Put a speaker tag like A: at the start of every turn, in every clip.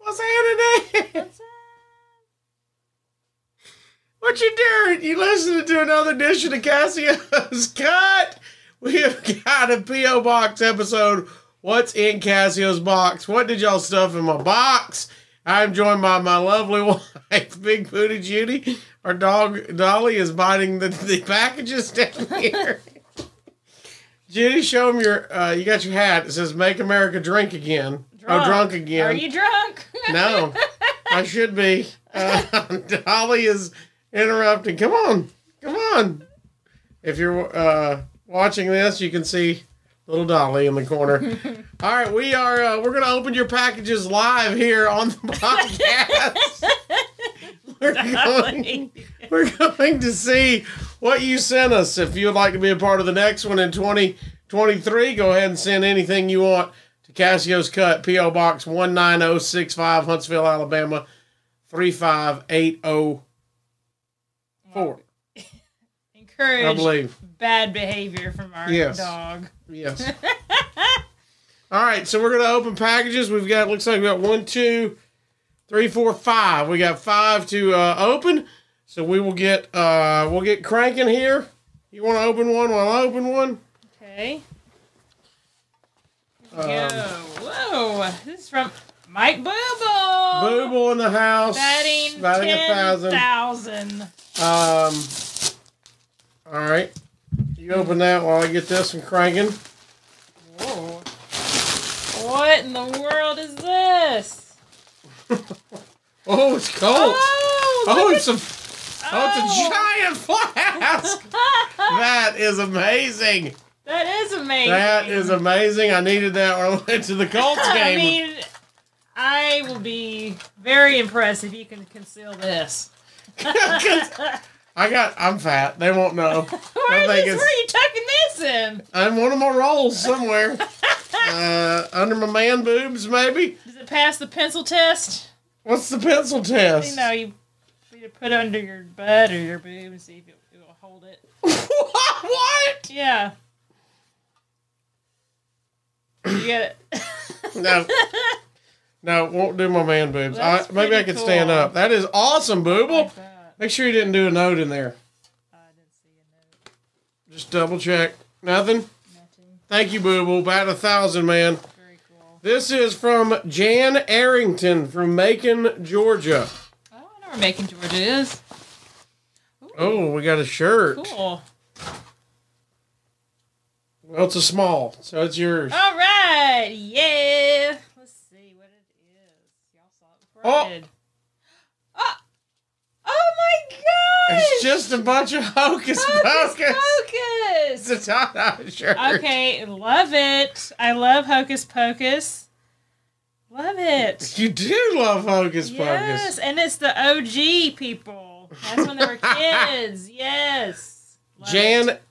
A: Oh, What you doing? You listening to another edition of Cassio's Cut? We have got a P.O. Box episode. What's in Cassio's box? What did y'all stuff in my box? I'm joined by my lovely wife, Big Booty Judy. Our dog Dolly is biting the, the packages down here. Judy, show them your. Uh, you got your hat. It says "Make America Drink Again." Oh, drunk again.
B: Are you drunk?
A: No, I should be. Uh, Dolly is interrupting. Come on, come on. If you're uh, watching this, you can see little Dolly in the corner. All right, we are. Uh, we're gonna open your packages live here on the podcast. we're going. We're going to see what you sent us. If you would like to be a part of the next one in 2023, go ahead and send anything you want to Cassio's Cut, P.O. Box 19065, Huntsville, Alabama 35804.
B: Encourage
A: I believe.
B: bad behavior from our
A: Yes.
B: dog.
A: Yes. All right, so we're gonna open packages. We've got looks like we got one, two, three, four, five. We got five to uh, open. So we will get uh, we'll get cranking here. You want to open one? While I open one.
B: Okay. Here
A: Um,
B: we go. Whoa. This is from Mike Booble.
A: Booble in the house.
B: Batting,
A: batting a thousand.
B: 10,000.
A: Um. All right. You open that while I get this and cranking.
B: Whoa. What in the world is this?
A: Oh, it's cold.
B: Oh,
A: Oh,
B: look
A: it's a
B: at-
A: oh, it's a giant flask. that is amazing.
B: oh. that is amazing.
A: That is amazing. I needed that when I went to the Colts
B: I
A: game.
B: mean, I will be very impressed if you can conceal this.
A: 'Cause I got. I'm fat. They won't know.
B: Where, is
A: think
B: this,
A: it's-
B: where are you tucking this in?
A: I'm one of my rolls somewhere. Uh, under my man boobs, maybe.
B: Does it pass the pencil test?
A: What's the pencil test?
B: You know, you you put it under your butt or your boob and see if it, it will hold it.
A: what?
B: Yeah. You get it.
A: No. No, won't do my man boobs. I,
B: That's
A: maybe I
B: pretty
A: could stand
B: cool.
A: up. That is awesome, Booble.
B: Like that.
A: Make sure you didn't do a note in there.
B: I didn't see a
A: Just double check. Nothing.
B: note. Nothing.
A: Thank you, Booble. About a thousand, man.
B: Very cool.
A: This is from Jan Arrington from Macon, Georgia.
B: Oh, I know where Macon, Georgia is. Ooh,
A: Oh, we got a shirt.
B: Cool.
A: Well, it's a small, so it's yours.
B: All right, yeah. Let's see what it is. Y'all saw it before
A: Oh.
B: I did. Oh, oh my gosh!
A: It's just a bunch of hocus
B: Hocus
A: pocus. It's
B: Pocus.
A: a tie-dye shirt.
B: Okay, love it. I love Hocus Pocus. Love it.
A: You do love hocus
B: Yes,
A: pocus.
B: and it's the OG people. That's when they were kids. Yes. Love
A: Jan
B: it.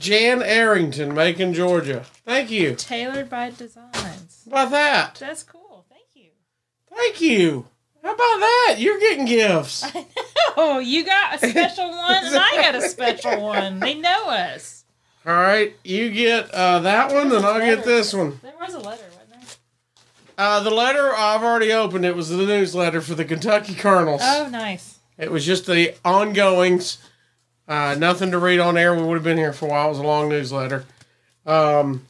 A: Jan Arrington, Macon, Georgia. Thank you.
B: Tailored by Designs.
A: How about that?
B: That's cool. Thank you.
A: Thank you. How about that? You're getting gifts.
B: Oh, you got a special one, and I got a special one. They know us.
A: All right, you get uh, that one, and I'll get this one.
B: There was a letter, wasn't there?
A: Uh, the letter I've already opened. It was the newsletter for the Kentucky Colonels.
B: Oh, nice.
A: It was just the ongoings. Uh, nothing to read on air. We would have been here for a while. It was a long newsletter. Um,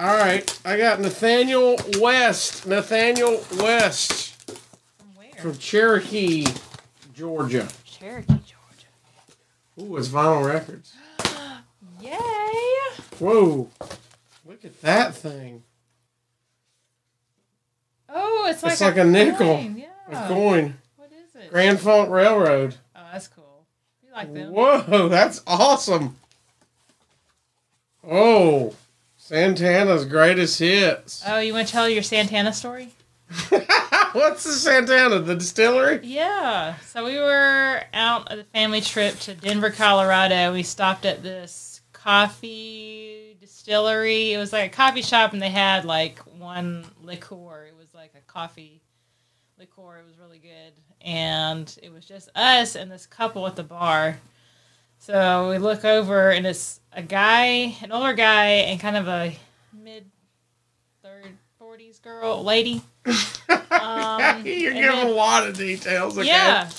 A: all right. I got Nathaniel West. Nathaniel West
B: From where?
A: from Cherokee, Georgia.
B: Cherokee, Georgia.
A: Ooh, it's vinyl records.
B: Yay!
A: Whoa. Look at that thing.
B: Oh, it's like
A: It's like a nickel.
B: coin, Yeah.
A: A coin.
B: What is it?
A: Grand Funk Railroad.
B: oh, that's cool. You like them?
A: Whoa, that's awesome. Oh, Santana's greatest hits.
B: Oh, you want to tell your Santana story?
A: What's the Santana? The distillery?
B: Yeah. So we were out on a family trip to Denver, Colorado. We stopped at this coffee distillery. It was like a coffee shop, and they had like one liqueur. It was like a coffee liqueur. It was really good, and it was just us and this couple at the bar. So we look over, and it's a guy, an older guy, and kind of a mid third, 40s, 40s girl, lady.
A: You're giving
B: Um, then-
A: a lot of details. Okay?
B: Yeah.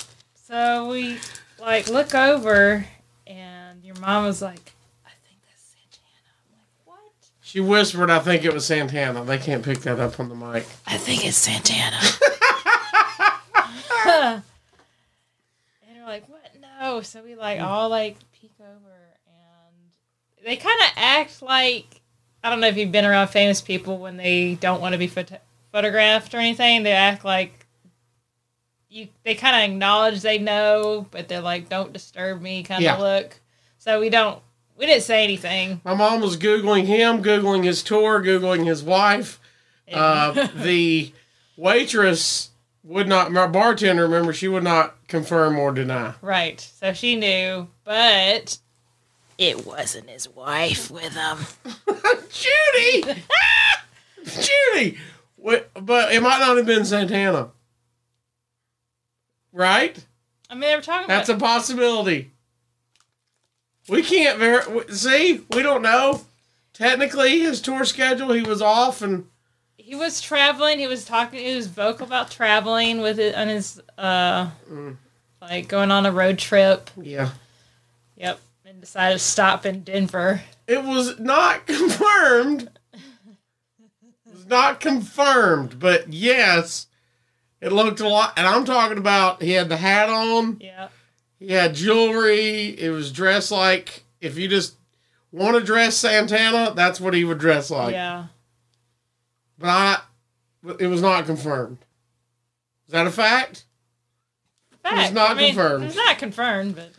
B: So we like look over, and your mom was like, "I think that's Santana." I'm like, "What?"
A: She whispered, I think it was Santana. They can't pick that up on the mic.
B: I think it's Santana. and we're like, "What? No!" So we like all like peek over, and they kind of act like I don't know if you've been around famous people when they don't want to be phot- photographed or anything. They act like you. They kind of acknowledge they know, but they're like, "Don't disturb me," kind of
A: Yeah.
B: look. So we don't. We didn't say anything.
A: My mom was Googling him, Googling his tour, Googling his wife. Uh, the waitress would not, my bartender, remember, she would not confirm or deny.
B: Right. So she knew, but it wasn't his wife with him.
A: Judy! Judy! What, but it might not have been Santana. Right?
B: I mean, they were talking
A: That's
B: about.
A: a possibility. We can't ver- w- see. We don't know. Technically, his tour schedule, he was off, and
B: he was traveling. He was talking. He was vocal about traveling with it on his uh,
A: Mm.
B: like going on a road trip.
A: yeah,
B: Yep, and decided to stop in Denver.
A: it was not confirmed. It was not confirmed, but yes, it looked a lot. And I'm talking about he had the hat on.
B: Yep.
A: He had jewelry. It was dressed like if you just want to dress Santana, that's what he would dress like.
B: yeah.
A: But I, but it was not confirmed. Is that a fact?
B: Fact.
A: not
B: I mean,
A: confirmed.
B: It's not confirmed, but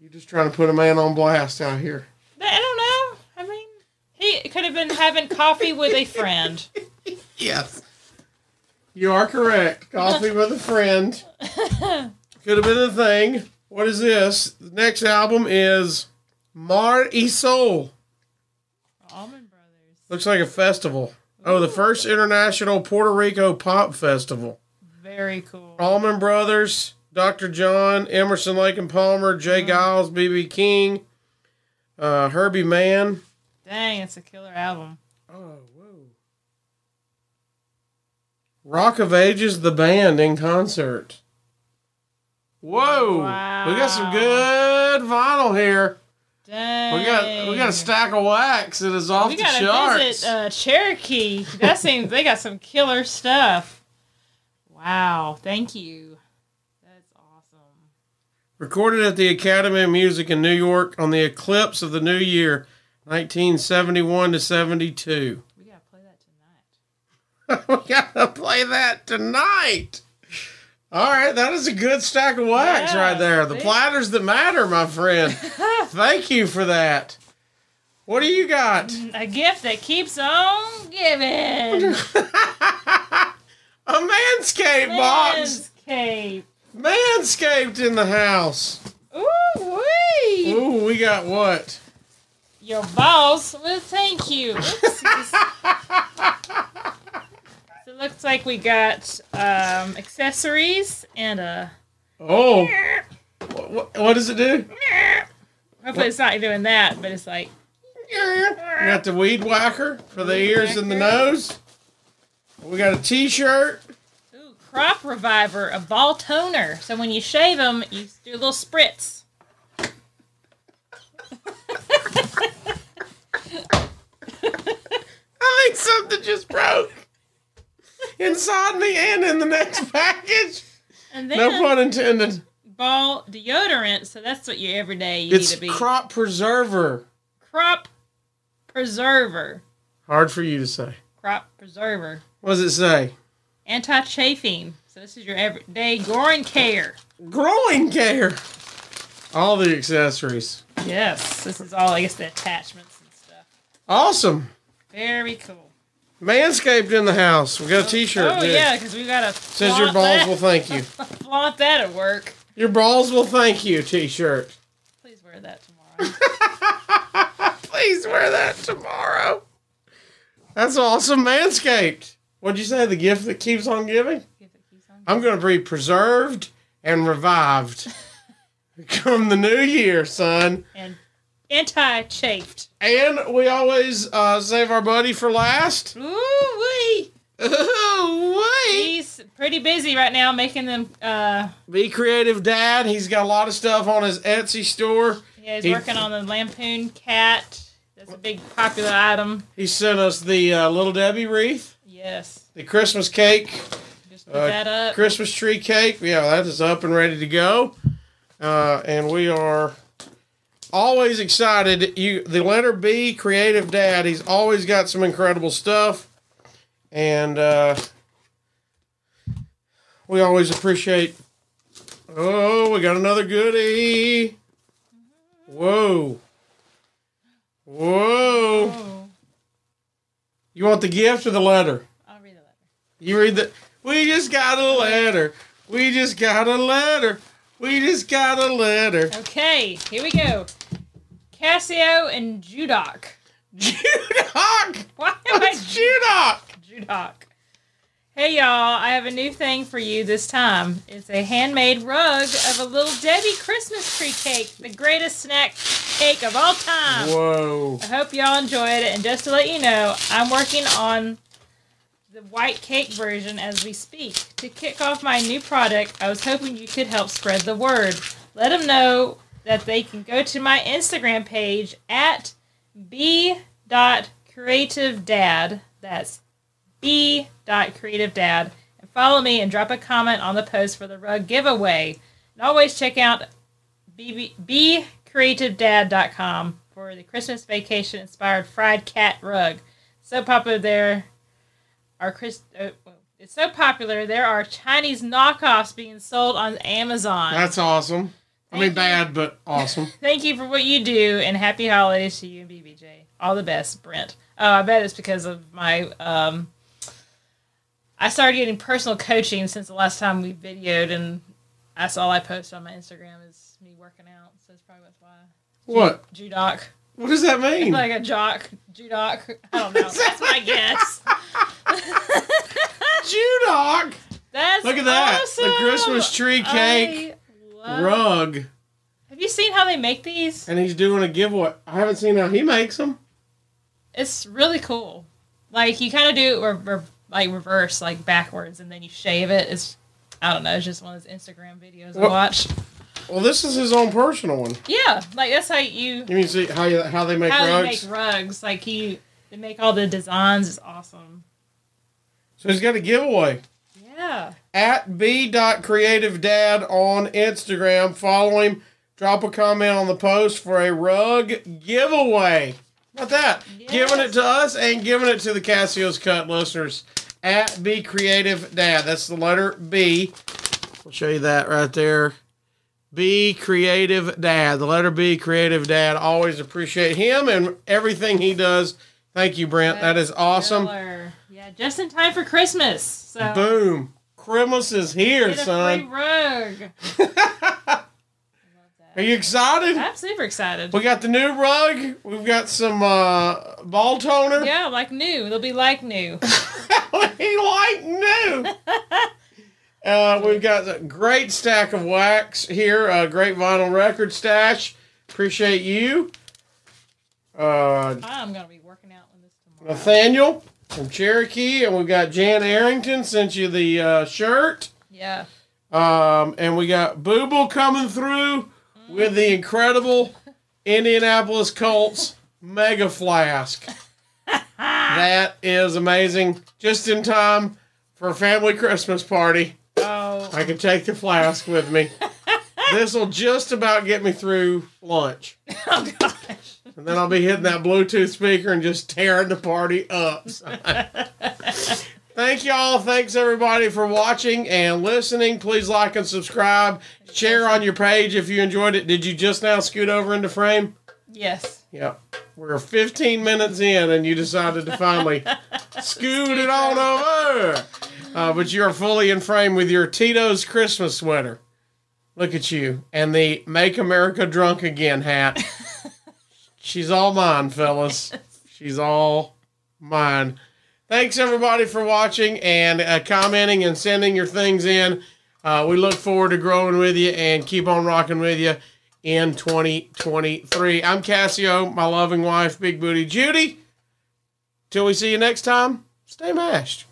A: You're just trying to put a man on blast out here.
B: but I don't know. I mean, he could have been having coffee with a friend.
A: Yes. You are correct. Coffee with a friend. Could have been a thing. What is this? The next album is Mar y Sol.
B: Almond Brothers.
A: Looks like a festival. Oh, the first international Puerto Rico pop festival.
B: Very cool.
A: Allman Brothers, Dr. John, Emerson Lake and Palmer, Jay
B: Mm.
A: Giles, B.B. King, uh, Herbie Mann.
B: Dang, it's a killer album.
A: Oh, whoa. Rock of Ages, the band in concert. Whoa. We got some
B: Wow.
A: good vinyl here.
B: Dang.
A: We got we got a stack of wax that is off
B: We
A: the
B: gotta
A: charts.
B: visit uh, Cherokee. That seems they got some killer stuff. Wow, thank you. That's awesome.
A: Recorded at the Academy of Music in New York on the eclipse of the new year, 1971 to 72.
B: We gotta play that tonight.
A: we gotta play that tonight. All right, that is a good stack of wax
B: Yeah,
A: right there. The
B: see?
A: platters that matter, my friend. Thank you for that. What do you got?
B: A gift that keeps on giving. Mm.
A: A manscaped box.
B: Landscape.
A: Manscaped in the house.
B: Ooh wee.
A: Ooh, we got what?
B: Your boss will thank you. Oopsies. so it looks like we got um, accessories and a.
A: Oh, what, what does it do?
B: Hopefully, it's not doing that, but it's like
A: We got the weed whacker for the ears and the nose. We got a T-shirt.
B: Ooh, crop reviver, a ball toner. So when you shave them, you do a little spritz.
A: I think something just broke inside me and in the next package.
B: And
A: No
B: then
A: pun intended.
B: ball deodorant. So that's what you everyday you
A: It's
B: need to be.
A: crop preserver.
B: crop preserver.
A: Hard for you to say.
B: Crop preserver.
A: What does it say?
B: Anti chafing. So this is your everyday groin care.
A: Growing care. All the accessories.
B: Yes. This is all I guess the attachments and stuff.
A: Awesome.
B: Very cool.
A: Manscaped in the house. We got a T-shirt.
B: oh
A: dude.
B: yeah, because we gotta
A: Says
B: flaunt
A: your balls
B: that-
A: will thank you.
B: flaunt that at work.
A: Your balls will thank you. T-shirt.
B: Please wear that tomorrow.
A: Please wear that tomorrow. That's awesome. Manscaped. What'd you say? The gift that keeps on giving.
B: Give it keys on.
A: I'm going to be preserved and revived come the new year, son.
B: and anti chafed.
A: And we always uh, save our buddy for last.
B: Ooh wee!
A: Ooh, wait.
B: He's pretty busy right now making them. Uh,
A: Be creative, Dad. He's got a lot of stuff on his Etsy store.
B: yeah, he's
A: He-
B: working on the lampoon cat. That's a big popular item.
A: He sent us the uh, Little Debbie wreath,
B: Yes,
A: the Christmas cake,
B: just put
A: Uh,
B: that up.
A: Christmas tree cake. Yeah, that is up and ready to go. Uh, and we are always excited. You, the letter B, creative dad. He's always got some incredible stuff, and uh, we always appreciate. Oh, we got another goodie. Whoa. Whoa.
B: oh,
A: You want the gift or the letter?
B: I'll read the letter.
A: You read the. We just got a letter. We just got a letter. We just got a letter.
B: Okay, here we go. Cassio and Judoc.
A: Judoc!
B: Why am I
A: It's Judoc!
B: Judoc? Hey y'all, I have a new thing for you this time. It's a handmade rug of a little Debbie Christmas tree cake, the greatest snack cake of all time.
A: Whoa.
B: I hope y'all enjoyed it. And just to let you know, I'm working on the white cake version as we speak. To kick off my new product, I was hoping you could help spread the word. Let them know that they can go to my Instagram page at b.creativedad. That's b.creativedad. And follow me and drop a comment on the post for the rug giveaway. And always check out BB, bcreativedad.com for the Christmas vacation inspired fried cat rug. So popular there are Chris. Uh, well, it's so popular there are Chinese knockoffs being sold on Amazon.
A: That's awesome. I
B: Thank
A: mean,
B: you.
A: bad, but awesome.
B: Thank you for what you do and happy holidays to you and BBJ. All the best, Brent. Oh, I bet it's because of my. Um, I started getting personal coaching since the last time we videoed, and that's all I post on my Instagram is me working out. So that's probably what's why.
A: What?
B: Judoc.
A: What does that mean?
B: Like a jock, judoc. I don't know. That's my guess.
A: Judoc!
B: That's
A: Look at that. The
B: awesome.
A: Christmas tree cake
B: I love-
A: rug.
B: Have you seen how they make these?
A: And he's doing a giveaway. I haven't seen how he makes them.
B: It's really cool. Like you kind of do it re- re- like reverse, like backwards, and then you shave it. It's I don't know. It's just one of those Instagram videos I
A: Well-
B: watched.
A: Well, this is his own personal one.
B: Yeah, like that's how you
A: You mean see how, you, how they make
B: how they
A: rugs?
B: make rugs. Like you, they make all the designs. It's awesome.
A: so he's got a giveaway.
B: Yeah.
A: at b.creativedad on Instagram. Follow him. Drop a comment on the post for a rug giveaway. How About that,
B: Yes.
A: giving it to us and giving it to the Cassio's Cut listeners at B Creative Dad. That's the letter B. We'll show you that right there. B Creative Dad. The letter B Creative Dad. Always appreciate him and everything he does. Thank you, Brent. That is awesome.
B: Killer. Yeah, just in time for Christmas. So
A: Boom. Christmas is here,
B: Get a
A: son.
B: free rug.
A: Are you excited?
B: I'm super excited.
A: We got the new rug. We've got some uh, ball toner.
B: Yeah, like new. It'll be like new.
A: he like new. uh, we've got a great stack of wax here. A great vinyl record stash. Appreciate you, uh,
B: I'm gonna be working out on this tomorrow.
A: Nathaniel from Cherokee, and we've got Jan Arrington sent you the uh, shirt.
B: Yeah.
A: Um, and we got Booble coming through with the incredible Indianapolis Colts mega flask. that is amazing. Just in time for a family Christmas party.
B: Oh,
A: I can take the flask with me. this will just about get me through lunch.
B: oh gosh.
A: And then I'll be hitting that Bluetooth speaker and just tearing the party up. Thank y'all. Thanks everybody for watching and listening. Please like and subscribe. Share on your page if you enjoyed it. Did you just now scoot over into frame?
B: Yes.
A: Yep. We're 15 minutes in and you decided to finally scoot it on over. Uh, but you're fully in frame with your Tito's Christmas sweater. Look at you. And the Make America Drunk Again hat. She's all mine, fellas. She's all mine. Thanks, everybody, for watching and uh, commenting and sending your things in. Uh, we look forward to growing with you and keep on rocking with you in 2023. I'm Cassio, my loving wife, Big Booty Judy. Till we see you next time, stay mashed.